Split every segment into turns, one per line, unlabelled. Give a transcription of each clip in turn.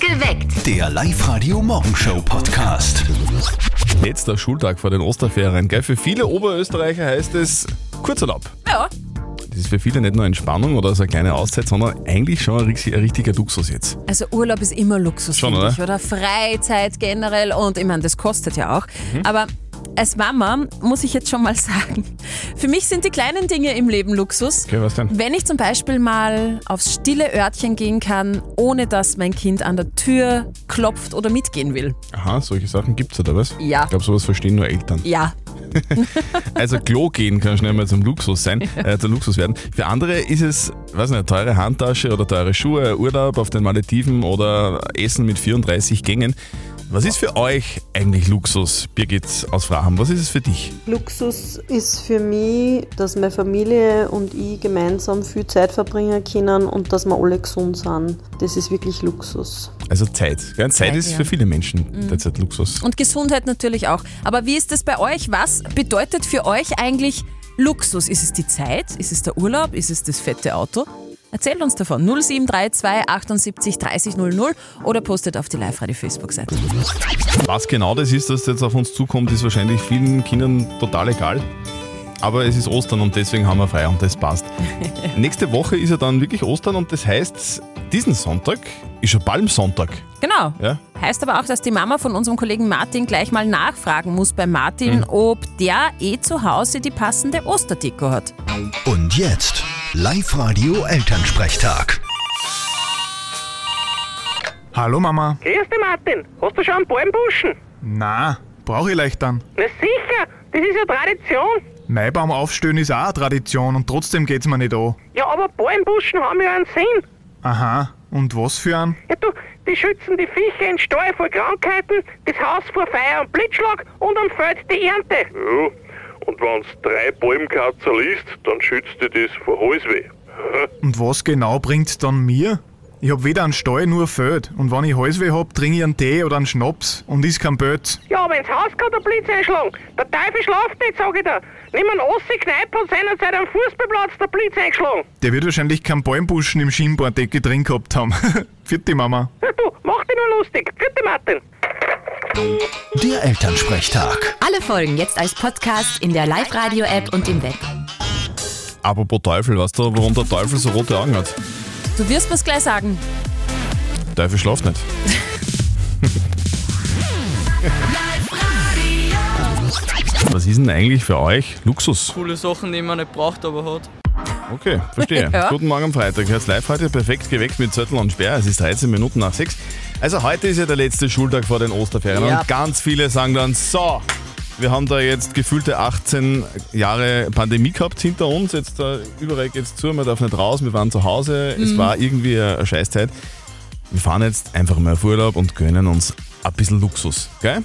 Geweckt.
Der Live-Radio-Morgenshow-Podcast.
Letzter Schultag vor den Osterferien, gell? Für viele Oberösterreicher heißt es Kurzurlaub.
Ja,
Das ist für viele nicht nur Entspannung oder so eine kleine Auszeit, sondern eigentlich schon ein, richtig, ein richtiger Luxus jetzt.
also Urlaub ist immer Luxus,
Schon,
finde
oder?
ich, oder? Freizeit generell und ich meine, das kostet ja auch.
Mhm.
Aber als Mama muss ich jetzt schon mal sagen, für mich sind die kleinen Dinge im Leben Luxus.
Okay, was denn?
Wenn ich zum Beispiel mal aufs stille Örtchen gehen kann, ohne dass mein Kind an der Tür klopft oder mitgehen will.
Aha, solche Sachen gibt's halt, oder was?
Ja.
Ich glaube, sowas verstehen nur Eltern.
Ja,
Also Klo gehen kann schnell mal zum Luxus sein, äh, zum Luxus werden. Für andere ist es, weiß nicht, teure Handtasche oder teure Schuhe, Urlaub auf den Malediven oder Essen mit 34 Gängen. Was ist für euch eigentlich Luxus, Birgit aus Fraham? Was ist es für dich?
Luxus ist für mich, dass meine Familie und ich gemeinsam viel Zeit verbringen können und dass wir alle gesund sind. Das ist wirklich Luxus.
Also Zeit. Gell? Zeit, Mhm.
Zeit,
ist
ja.
für viele Menschen derzeit Luxus.
und Gesundheit natürlich auch. Aber wie ist das bei euch? Was bedeutet für euch eigentlich Luxus? Ist es die Zeit? Ist es der Urlaub? Ist es das fette Auto? Erzählt uns davon. 0732 78 30 00 oder postet auf die Live-Radio-Facebook-Seite.
Was genau das ist, das jetzt auf uns zukommt, ist wahrscheinlich vielen Kindern total egal. Aber es ist Ostern und deswegen haben wir frei und das passt. Nächste Woche ist ja dann wirklich Ostern und das heißt, diesen Sonntag ist schon Palmsonntag.
Genau.
Ja?
Heißt aber auch, dass die Mama von unserem Kollegen Martin gleich mal nachfragen muss bei Martin, ob der eh zu Hause die passende Osterdeko hat.
Und jetzt Live-Radio Elternsprechtag.
Hallo Mama.
Grüß dich, Martin. Hast du schon einen Palmbuschen?
Na, brauche ich leicht dann.
Na sicher, das ist ja Tradition.
Maibaum aufstehen ist auch eine Tradition und trotzdem geht's mir nicht an.
Ja, aber Palmbuschen haben ja einen Sinn.
Aha, und was für ein?
Ja, du, die schützen die Viecher in Stall vor Krankheiten, das Haus vor Feuer und Blitzschlag und am Feld die Ernte.
Ja, und wenn's drei Bäumkatzer liest, dann schützt dich das vor Halsweh.
Und was genau bringt's dann mir? Ich hab weder einen Stall nur ein Feld und wenn ich Halsweh hab, trinke ich einen Tee oder einen Schnaps und is kein Bötz.
Ja, aber ins Haus kann der Blitz einschlagen. Der Teufel schlaft nicht, sag ich dir. Nimm einen Ossi Kneipp hat seinerzeit am Fußballplatz der Blitz eingeschlagen.
Der wird wahrscheinlich keinen Bäumbuschen im Schienbordecke drin gehabt haben. Vierte Mama.
Na du, mach dich nur lustig. Bitte, Martin.
Der Elternsprechtag.
Alle Folgen jetzt als Podcast in der Live-Radio-App und im Web.
Apropos Teufel, weißt du, warum der Teufel so rote Augen hat?
Du wirst mir's gleich sagen.
Der Teufel schlaft nicht. Was ist denn eigentlich für euch Luxus?
coole Sachen, die man nicht braucht, aber hat.
Okay, verstehe.
Ja.
Guten Morgen am Freitag. Herz live heute perfekt geweckt mit Zettel und Sperr. Es ist 13 Minuten nach 6. Also heute ist ja der letzte Schultag vor den Osterferien
Ja.
und ganz viele sagen dann, so, wir haben da jetzt gefühlte 18 Jahre Pandemie gehabt hinter uns. Jetzt äh, überall geht's zu, man darf nicht raus, wir waren zu Hause.
Mhm.
Es war irgendwie eine Scheißzeit. Wir fahren jetzt einfach mal auf Urlaub und gönnen uns ein bisschen Luxus, gell?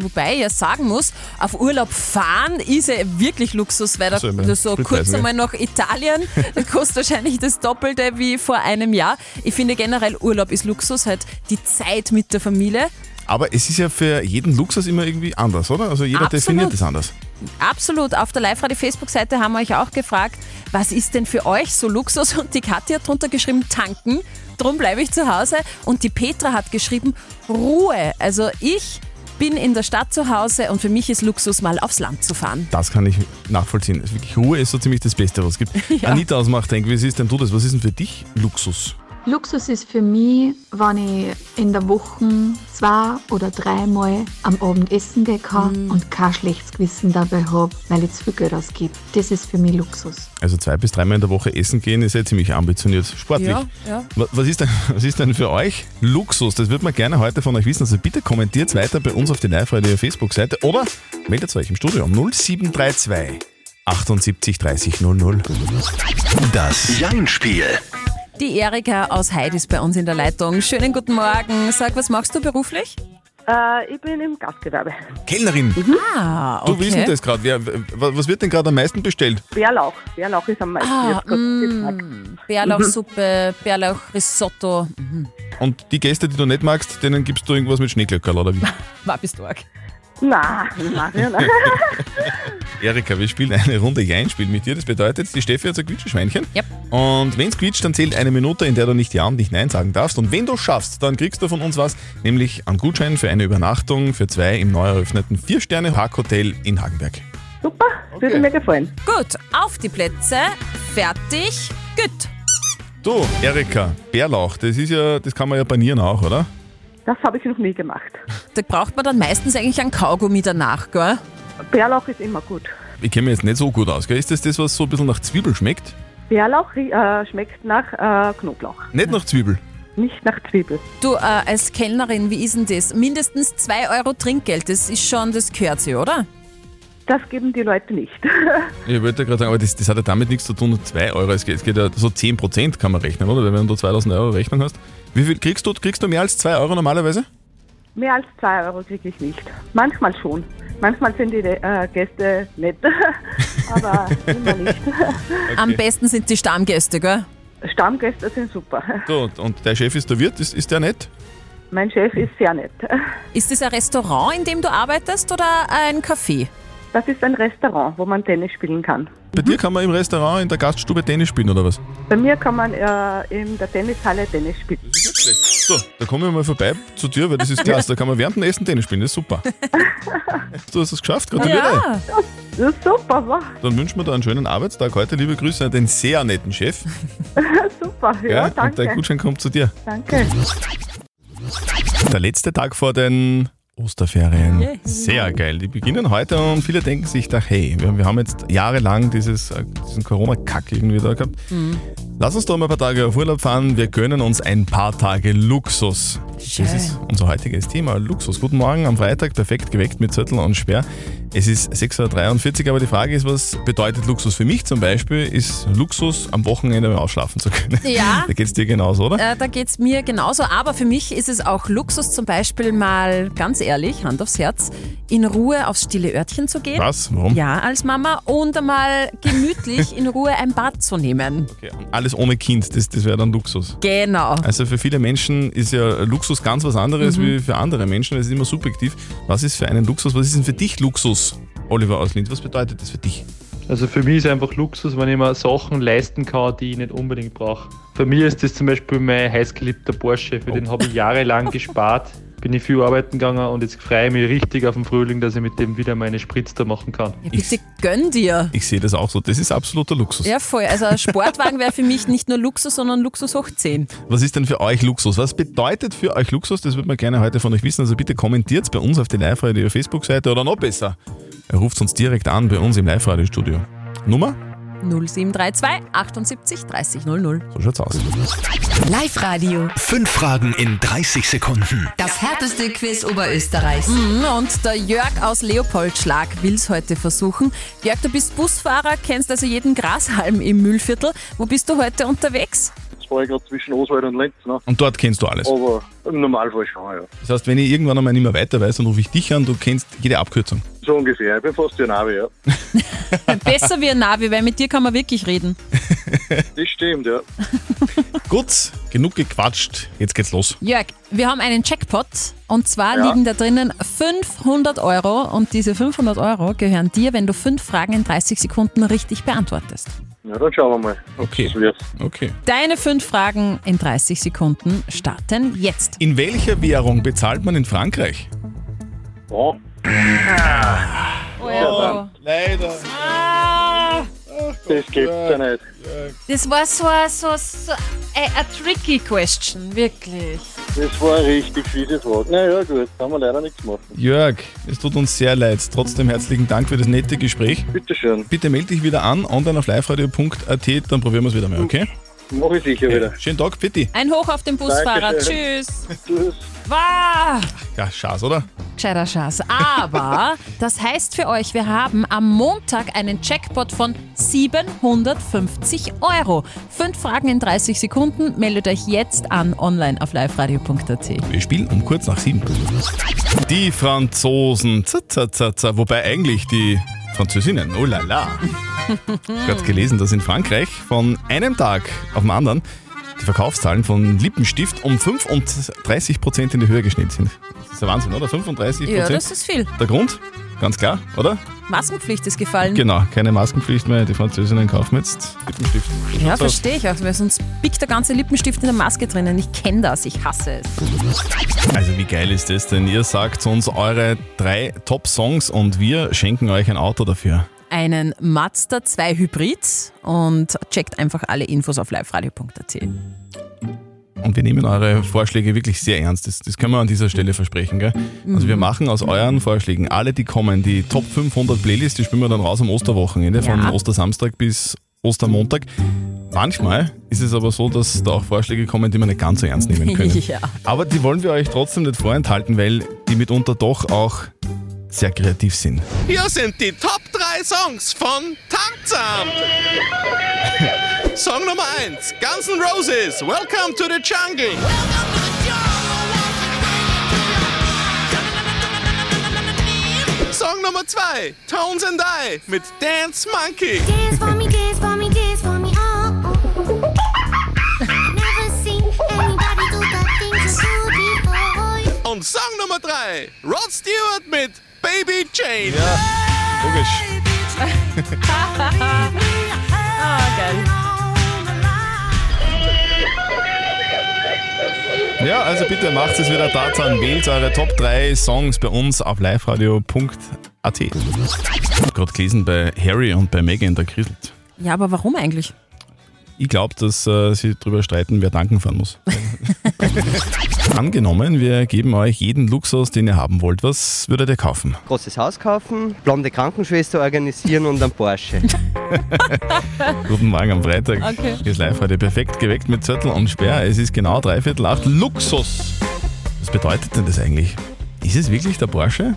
Wobei ich ja sagen muss, auf Urlaub fahren ist ja wirklich Luxus, weil da
So,
so,
ich meine,
kurz
Spritpreise,
einmal nach Italien, da kostet wahrscheinlich das Doppelte wie vor einem Jahr. Ich finde generell Urlaub ist Luxus, halt die Zeit mit der Familie.
Aber es ist ja für jeden Luxus immer irgendwie anders, oder? Also jeder
Absolut.
definiert es anders.
Absolut, auf der Live-Radio-Facebook-Seite haben wir euch auch gefragt, was ist denn für euch so Luxus? Und die Katja hat drunter geschrieben, tanken, drum bleibe ich zu Hause. Und die Petra hat geschrieben, Ruhe. Also ich bin in der Stadt zu Hause und für mich ist Luxus, mal aufs Land zu fahren.
Das kann ich nachvollziehen. Es ist Wirklich, Ruhe ist so ziemlich das Beste, was es gibt. Anita aus Machtdenk, wie siehst denn du das? Was ist denn für dich Luxus?
Luxus ist für mich, wenn ich in der Woche zwei oder dreimal am Abend essen gehen kann und kein schlechtes Gewissen dabei habe, weil ich zu viel Geld ausgebe. Das ist für mich Luxus.
Also zwei bis dreimal in der Woche essen gehen ist ja ziemlich ambitioniert, sportlich.
Ja, ja.
Wa- Was ist, denn, was ist denn für euch Luxus? Das wird man gerne heute von euch wissen. Also bitte kommentiert weiter bei uns auf die Live-Radio Facebook-Seite oder meldet euch im Studio 0732 78 30 00.
Das Jein-Spiel.
Die Erika aus Heid ist bei uns in der Leitung. Schönen guten Morgen. Sag, was machst du beruflich?
Äh, ich bin im Gastgewerbe.
Kellnerin,
Ah,
du willst denn das gerade? Wer- w- Was wird denn gerade am meisten bestellt?
Bärlauch. Bärlauch ist am meisten.
Ah,
jetzt gerade gefragt.
Bärlauchsuppe, Bärlauchrisotto. Mhm.
Und die Gäste, die du nicht magst, denen gibst du irgendwas mit Schneeglöckerl oder wie?
War bist du arg.
Nein, nein, nein.
Erika, wir spielen eine Runde Jein-Spiel mit dir. Das bedeutet, die Steffi hat ein Quietscheschweinchen.
Yep.
Und wenn es quietscht, dann zählt eine Minute, in der du nicht Ja und nicht Nein sagen darfst. Und wenn du schaffst, dann kriegst du von uns was, nämlich einen Gutschein für eine Übernachtung für zwei im neu eröffneten Vier-Sterne-Parkhotel in Hagenberg.
Super, würde mir gefallen.
Gut, auf die Plätze. Fertig. Gut.
Du, Erika, Bärlauch, das ist ja, das kann man ja panieren auch, oder?
Das habe ich noch nie gemacht.
Da braucht man dann meistens eigentlich einen Kaugummi danach, gell?
Bärlauch ist immer gut.
Ich kenne mich jetzt nicht so gut aus, gell? Ist das das, was so ein bisschen nach Zwiebel schmeckt?
Bärlauch äh, schmeckt nach äh, Knoblauch,
Nicht nach Zwiebel.
nicht nach Zwiebel.
Du, äh, als Kellnerin, wie ist denn das? Mindestens 2 Euro Trinkgeld, das ist schon, das gehört sie, oder?
Das geben die Leute nicht.
Ich wollte gerade sagen, aber das, das hat ja damit nichts zu tun, 2 Euro. Es geht, es geht ja so 10% kann man rechnen, oder? Wenn du 2000 Euro Rechnung hast. Wie viel kriegst du? Kriegst du mehr als 2 Euro normalerweise?
Mehr als 2 Euro kriege ich nicht. Manchmal schon. Manchmal sind die äh, Gäste nett, aber immer nicht.
Am besten sind die Stammgäste, gell?
Stammgäste sind super.
So, und, und der Chef ist der Wirt, ist, ist der nett?
Mein Chef ist sehr nett.
Ist das ein Restaurant, in dem du arbeitest oder ein Café?
Das ist ein Restaurant, wo man Tennis spielen kann.
Bei dir kann man im Restaurant, in der Gaststube Tennis spielen, oder was?
Bei mir kann man äh, in der Tennishalle Tennis spielen.
So, da kommen wir mal vorbei zu dir, weil das ist klasse. Da kann man während dem Essen Tennis spielen, das ist super. Du hast es geschafft, gratuliere.
Das ist super, wa?
Dann wünschen wir dir einen schönen Arbeitstag heute. Liebe Grüße an den sehr netten Chef.
super.
gell?
Ja,
Und der
danke.
Gutschein kommt zu dir.
Danke.
Der letzte Tag vor den Osterferien. Sehr geil. Die beginnen heute und viele denken sich, da, hey, wir, wir haben jetzt jahrelang dieses, äh, diesen Corona-Kack irgendwie da gehabt. Lass uns doch mal ein paar Tage auf Urlaub fahren. Wir gönnen uns ein paar Tage Luxus. Das ist unser heutiges Thema, Luxus. Guten Morgen am Freitag, perfekt geweckt mit Zettel und Sperr. Es ist 6.43 Uhr, aber die Frage ist, was bedeutet Luxus für mich zum Beispiel? Ist Luxus, am Wochenende mal ausschlafen zu können?
Ja.
Da geht's dir genauso, oder?
Äh, da geht es mir genauso, aber für mich ist es auch Luxus, zum Beispiel mal, ganz ehrlich, Hand aufs Herz, in Ruhe aufs stille Örtchen zu gehen.
Was? Warum?
Ja, als Mama und einmal gemütlich in Ruhe ein Bad zu nehmen.
Okay, und alles ohne Kind, das, das wäre dann Luxus.
Genau.
Also für viele Menschen ist ja Luxus ganz was anderes
Mhm.
wie für andere Menschen. Das ist immer subjektiv. Was ist für einen Luxus? Was ist denn für dich Luxus, Oliver Auslind? Was bedeutet das für dich?
Also für mich ist einfach Luxus, wenn ich mir Sachen leisten kann, die ich nicht unbedingt brauche. Für mich ist das zum Beispiel mein heißgeliebter Porsche, für den habe ich jahrelang gespart. Bin ich viel arbeiten gegangen und jetzt freue ich mich richtig auf den Frühling, dass ich mit dem wieder meine Spritzer machen kann.
Bitte gönn dir.
Ich sehe das auch so. Das ist absoluter Luxus.
Ja, voll. Also ein Sportwagen wäre für mich nicht nur Luxus, sondern Luxus hoch 10.
Was ist denn für euch Luxus? Was bedeutet für euch Luxus? Das würde man gerne heute von euch wissen. Also bitte kommentiert bei uns auf die Live-Radio Facebook-Seite oder noch besser. Ruft uns direkt an bei uns im Live-Radio-Studio. Nummer?
0732 78 30 00.
So schaut's aus.
Live Radio.
Fünf Fragen in 30 Sekunden.
Das härteste Quiz Oberösterreichs.
Mhm, Und der Jörg aus Leopoldschlag will es heute versuchen. Jörg, du bist Busfahrer, kennst also jeden Grashalm im Müllviertel. Wo bist du heute unterwegs?
Jetzt fahre ich gerade zwischen Oswald und Lenz. Ne?
Und dort kennst du alles.
Oh.
Aber im Normalfall schon, ja.
Das heißt, wenn ich irgendwann einmal nicht mehr weiter weiß, dann rufe ich dich an. Du kennst jede Abkürzung.
So ungefähr. Ich bin fast der Navi, ja.
Besser wie ein Navi, weil mit dir kann man wirklich reden.
Das stimmt, ja.
Gut, genug gequatscht. Jetzt geht's los.
Jörg, wir haben einen Jackpot und zwar
Ja.
liegen da drinnen 500 Euro und diese 500 Euro gehören dir, wenn du fünf Fragen in 30 Sekunden richtig beantwortest.
Ja, dann schauen wir mal.
Okay. Okay.
Deine fünf Fragen in 30 Sekunden starten jetzt.
In welcher Währung bezahlt man in Frankreich?
Franc.
Euro.
leider.
Das gibt's ja nicht.
Das war so eine so, so, a tricky question, wirklich.
Das war eine richtig fiese Frage. Naja, gut, kann man leider nichts machen.
Jörg, es tut uns sehr leid. Trotzdem herzlichen Dank für das nette Gespräch.
Bitte schön.
Bitte melde dich wieder an, online auf liveradio.at, dann probieren wir es wieder mal, okay?
Mach ich sicher wieder.
Schönen Tag, bitte.
Ein Hoch auf den Busfahrer,
Dankeschön.
tschüss.
Tschüss.
Wow.
Ja, Schaß, oder?
Gescheiter Schatz. Aber das heißt für euch, wir haben am Montag einen Jackpot von 750 Euro. Fünf Fragen in 30 Sekunden. Meldet euch jetzt an online auf liveradio.at.
Wir spielen um kurz nach sieben. Die Franzosen, za, za, za, za, wobei eigentlich die Französinnen, oh la la. Ich habe gelesen, dass in Frankreich von einem Tag auf den anderen die Verkaufszahlen von Lippenstift um 35 Prozent in die Höhe geschnitten sind. Das ist der Wahnsinn, oder? 35 Prozent.
Ja, das ist viel.
Der Grund? Ganz klar, oder?
Maskenpflicht ist gefallen.
Genau, keine Maskenpflicht mehr. Die Französinnen kaufen jetzt Lippenstift.
Ja,
Genau So.
verstehe ich auch, weil sonst biegt der ganze Lippenstift in der Maske drinnen. Ich kenne das, ich hasse es.
Also wie geil ist das denn? Ihr sagt uns eure drei Top-Songs und wir schenken euch ein Auto dafür.
Einen Mazda 2 Hybrid und checkt einfach alle Infos auf liveradio.at.
Und wir nehmen eure Vorschläge wirklich sehr ernst. Das, das können wir an dieser Stelle versprechen. Gell? Also wir machen aus euren Vorschlägen alle, die kommen, die Top 500 Playlist, die spielen wir dann raus am Osterwochenende, von
Ja.
Ostersamstag bis Ostermontag. Manchmal ist es aber so, dass da auch Vorschläge kommen, die wir nicht ganz so ernst nehmen können.
Ja.
Aber die wollen wir euch trotzdem nicht vorenthalten, weil die mitunter doch auch sehr kreativ sind.
Hier sind die Top 3 Songs von Tarzan. Song Nummer 1, Guns N' Roses, Welcome to the Jungle. Song Nummer 2, Tones and I mit Dance Monkey. Und Song Nummer 3, Rod Stewart mit Baby Jane.
Logisch.
ah, geil.
Ja, also bitte macht es wieder Tarzan. Wählt eure Top 3 Songs bei uns auf liveradio.at. Ich hab gerade gelesen bei Harry und bei Megan, da kriselt.
Ja, aber warum eigentlich?
Ich glaube, dass äh, sie drüber streiten, wer tanken fahren muss. Angenommen, wir geben euch jeden Luxus, den ihr haben wollt. Was würdet ihr kaufen?
Großes Haus kaufen, blonde Krankenschwester organisieren und einen Porsche.
Guten Morgen am Freitag.
Okay.
Hier ist live heute perfekt geweckt mit Zettel und Sperr. Es ist genau dreiviertel acht. Luxus! Was bedeutet denn das eigentlich? Ist es wirklich der Porsche?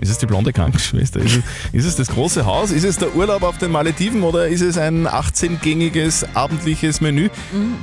Ist es die blonde Krankenschwester? Ist es, ist es das große Haus? Ist es der Urlaub auf den Malediven oder ist es ein 18-gängiges abendliches Menü?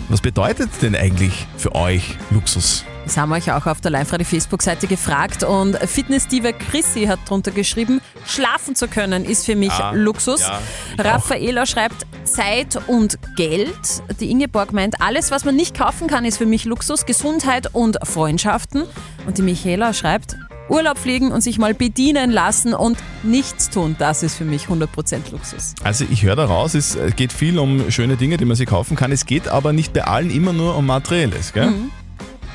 Was bedeutet denn eigentlich für euch Luxus?
Das haben wir euch auch auf der Live-Radio-Facebook-Seite gefragt und Fitness-Diva Chrissy hat drunter geschrieben, schlafen zu können ist für mich
Ja,
Luxus.
Ah, ja, ich auch.
Raffaela schreibt, Zeit und Geld. Die Ingeborg meint, alles, was man nicht kaufen kann, ist für mich Luxus, Gesundheit und Freundschaften. Und die Michaela schreibt, Urlaub fliegen und sich mal bedienen lassen und nichts tun, das ist für mich 100% Luxus.
Also ich höre daraus, es geht viel um schöne Dinge, die man sich kaufen kann. Es geht aber nicht bei allen immer nur um Materielles. Gell?
Mhm.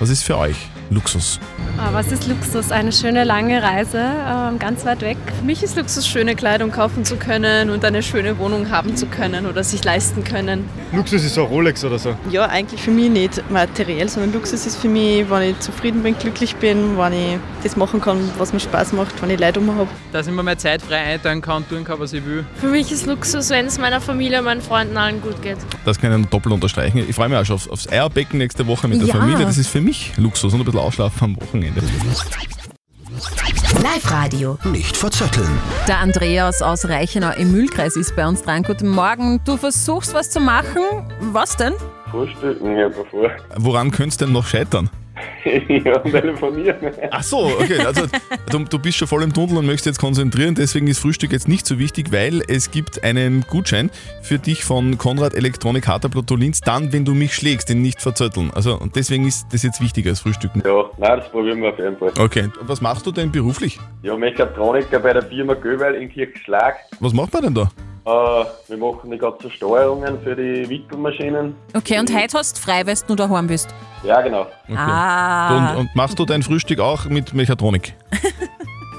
Was ist für euch Luxus?
Ah, was ist Luxus? Eine schöne lange Reise, ähm, ganz weit weg. Für mich ist Luxus, schöne Kleidung kaufen zu können und eine schöne Wohnung haben zu können oder sich leisten können.
Luxus ist auch Rolex oder so.
Ja, eigentlich für mich nicht materiell, sondern Luxus ist für mich, wenn ich zufrieden bin, glücklich bin, wenn ich das machen kann, was mir Spaß macht, wenn ich Leute um mich habe.
Dass ich mir meine Zeit frei einteilen kann, tun kann, was ich will.
Für mich ist Luxus, wenn es meiner Familie und meinen Freunden allen gut geht.
Das kann ich noch doppelt unterstreichen. Ich freue mich auch schon aufs, aufs Eierbecken nächste Woche mit der
Ja.
Familie. Das ist für mich Luxus und ein bisschen ausschlafen am Wochenende.
Live-Radio.
Nicht verzetteln.
Der Andreas aus Reichenau im Mühlkreis ist bei uns dran. Guten Morgen, du versuchst was zu machen. Was denn?
Frühstücken, ja, bevor.
Woran könnte es denn noch scheitern?
ja, telefonieren.
Ach so, okay. Also du, du bist schon voll im Tunnel und möchtest jetzt konzentrieren. Deswegen ist Frühstück jetzt nicht so wichtig, weil es gibt einen Gutschein für dich von Konrad Elektronik Harterblatt Linz. Dann, wenn du mich schlägst, den nicht verzötteln. Also und deswegen ist das jetzt wichtiger als Frühstücken.
Ja, nein, das probieren wir auf jeden Fall.
Okay. Und was machst du denn beruflich?
Ja, Mechatroniker bei der Firma Göweil in Kirchschlag.
Was macht man denn da?
Äh, wir machen die ganzen Steuerungen für die Wickelmaschinen.
Okay, und heute hast du frei, weil du nur daheim bist.
Ja, genau.
Ah.
Und, und machst du dein Frühstück auch mit Mechatronik?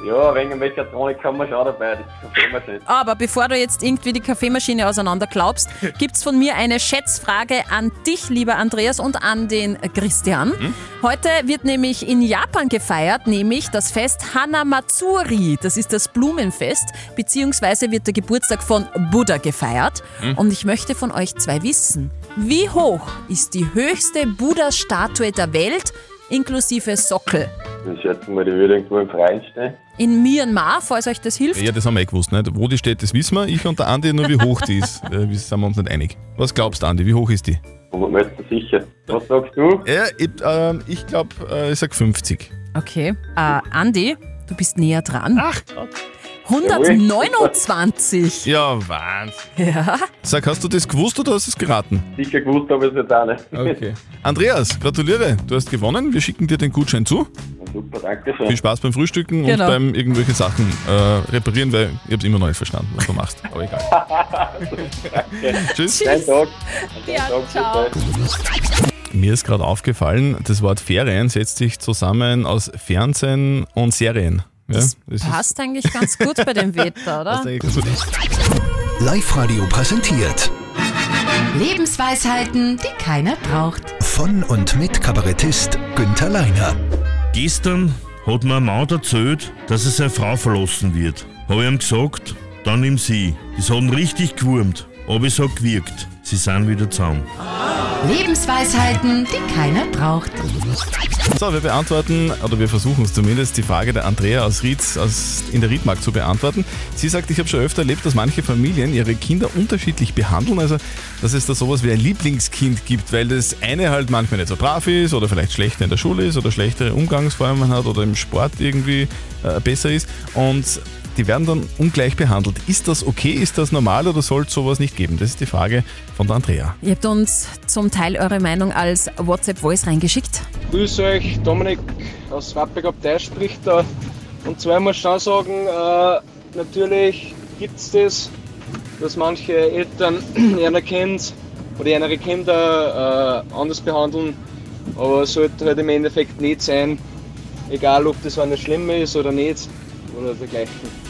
Ja, wegen Mechatronik haben wir schon dabei, das verstehen wir nicht.
Aber bevor du jetzt irgendwie die Kaffeemaschine auseinander glaubst, gibt es von mir eine Schätzfrage an dich, lieber Andreas, und an den Christian. Heute wird nämlich in Japan gefeiert, nämlich das Fest Hanamatsuri. Das ist das Blumenfest, beziehungsweise wird der Geburtstag von Buddha gefeiert.
Mhm.
Und ich möchte von euch zwei wissen, wie hoch ist die höchste Buddha-Statue der Welt, inklusive Sockel?
Dann schätzen wir, die würde irgendwo im Freien stehen.
In Myanmar, falls euch das hilft.
Ja, das haben wir eh gewusst. Nicht? Wo die steht, das wissen wir. Ich und der Andi nur, wie hoch die ist. Äh, wir sind wir uns nicht einig. Was glaubst du, Andi? Wie hoch ist die?
Möchtest du sicher? Was sagst du?
Ja, ich, ähm, ich glaube, äh, ich sag 50.
Okay. Äh, Andi, du bist näher dran. Ach Gott. 129.
Ja, Wahnsinn.
Ja.
Sag, hast du das gewusst oder hast du es geraten?
Sicher gewusst habe ich es jetzt auch nicht.
Okay. Andreas, gratuliere. Du hast gewonnen. Wir schicken dir den Gutschein zu.
Super, danke schön.
Viel Spaß beim Frühstücken
Genau.
und beim irgendwelche Sachen äh, reparieren, weil ich hab's immer noch nicht verstanden, was du machst. Aber egal. Tschüss.
Schönen Tag.
Ja, ciao.
Mir ist gerade aufgefallen, das Wort Ferien setzt sich zusammen aus Fernsehen und Serien. Ja, das ist-
Passt eigentlich ganz gut bei dem Wetter, oder?
Live-Radio präsentiert.
Lebensweisheiten, die keiner braucht.
Von und mit Kabarettist Günther Leiner.
Gestern hat mir ein Mann erzählt, dass er seine Frau verlassen wird. Habe ich ihm gesagt, dann nimm sie. Das hat ihn richtig gewurmt. Aber es hat gewirkt. Sie sind wieder zusammen.
Lebensweisheiten, die keiner braucht.
So, wir beantworten, oder wir versuchen es zumindest, die Frage der Andrea aus Rietz aus, in der Riedmark zu beantworten. Sie sagt, ich habe schon öfter erlebt, dass manche Familien ihre Kinder unterschiedlich behandeln, also dass es da sowas wie ein Lieblingskind gibt, weil das eine halt manchmal nicht so brav ist oder vielleicht schlechter in der Schule ist oder schlechtere Umgangsformen hat oder im Sport irgendwie äh, besser ist und die werden dann ungleich behandelt. Ist das okay, ist das normal oder soll es sowas nicht geben? Das ist die Frage von der Andrea.
Ihr habt uns zum Teil eure Meinung als WhatsApp-Voice reingeschickt.
Grüß euch, Dominik aus Wappig ab Teil spricht da. Und zwar muss ich schon sagen, äh, natürlich gibt es das, dass manche Eltern ihre Kinder oder ihre Kinder äh, anders behandeln, aber sollte halt im Endeffekt nicht sein, egal ob das eine schlimme ist oder nicht oder dergleichen.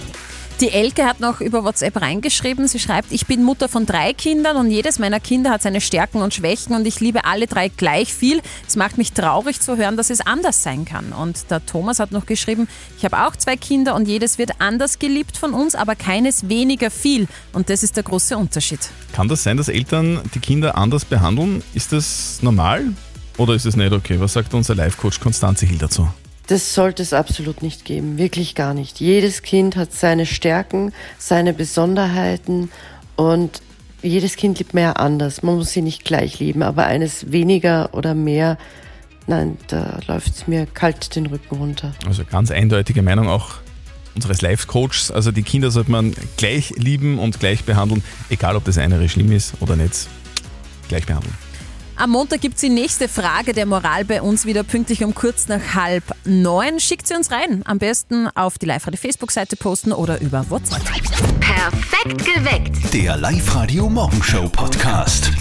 Die Elke hat noch über WhatsApp reingeschrieben. Sie schreibt, ich bin Mutter von drei Kindern und jedes meiner Kinder hat seine Stärken und Schwächen und ich liebe alle drei gleich viel. Es macht mich traurig zu hören, dass es anders sein kann. Und der Thomas hat noch geschrieben, ich habe auch zwei Kinder und jedes wird anders geliebt von uns, aber keines weniger viel. Und das ist der große Unterschied.
Kann das sein, dass Eltern die Kinder anders behandeln? Ist das normal oder ist es nicht okay? Was sagt unser Life-Coach Konstanze Hill dazu?
Das sollte es absolut nicht geben, wirklich gar nicht. Jedes Kind hat seine Stärken, seine Besonderheiten und jedes Kind liebt mehr anders. Man muss sie nicht gleich lieben, aber eines weniger oder mehr, nein, da läuft es mir kalt den Rücken runter.
Also ganz eindeutige Meinung auch unseres Life-Coaches. Also die Kinder sollte man gleich lieben und gleich behandeln, egal ob das eine schlimm ist oder nicht. Gleich behandeln.
Am Montag gibt es die nächste Frage der Moral bei uns wieder pünktlich um kurz nach halb neun. Schickt sie uns rein. Am besten auf die Live-Radio-Facebook-Seite posten oder über WhatsApp.
Perfekt geweckt.
Der Live-Radio Morgenshow Podcast.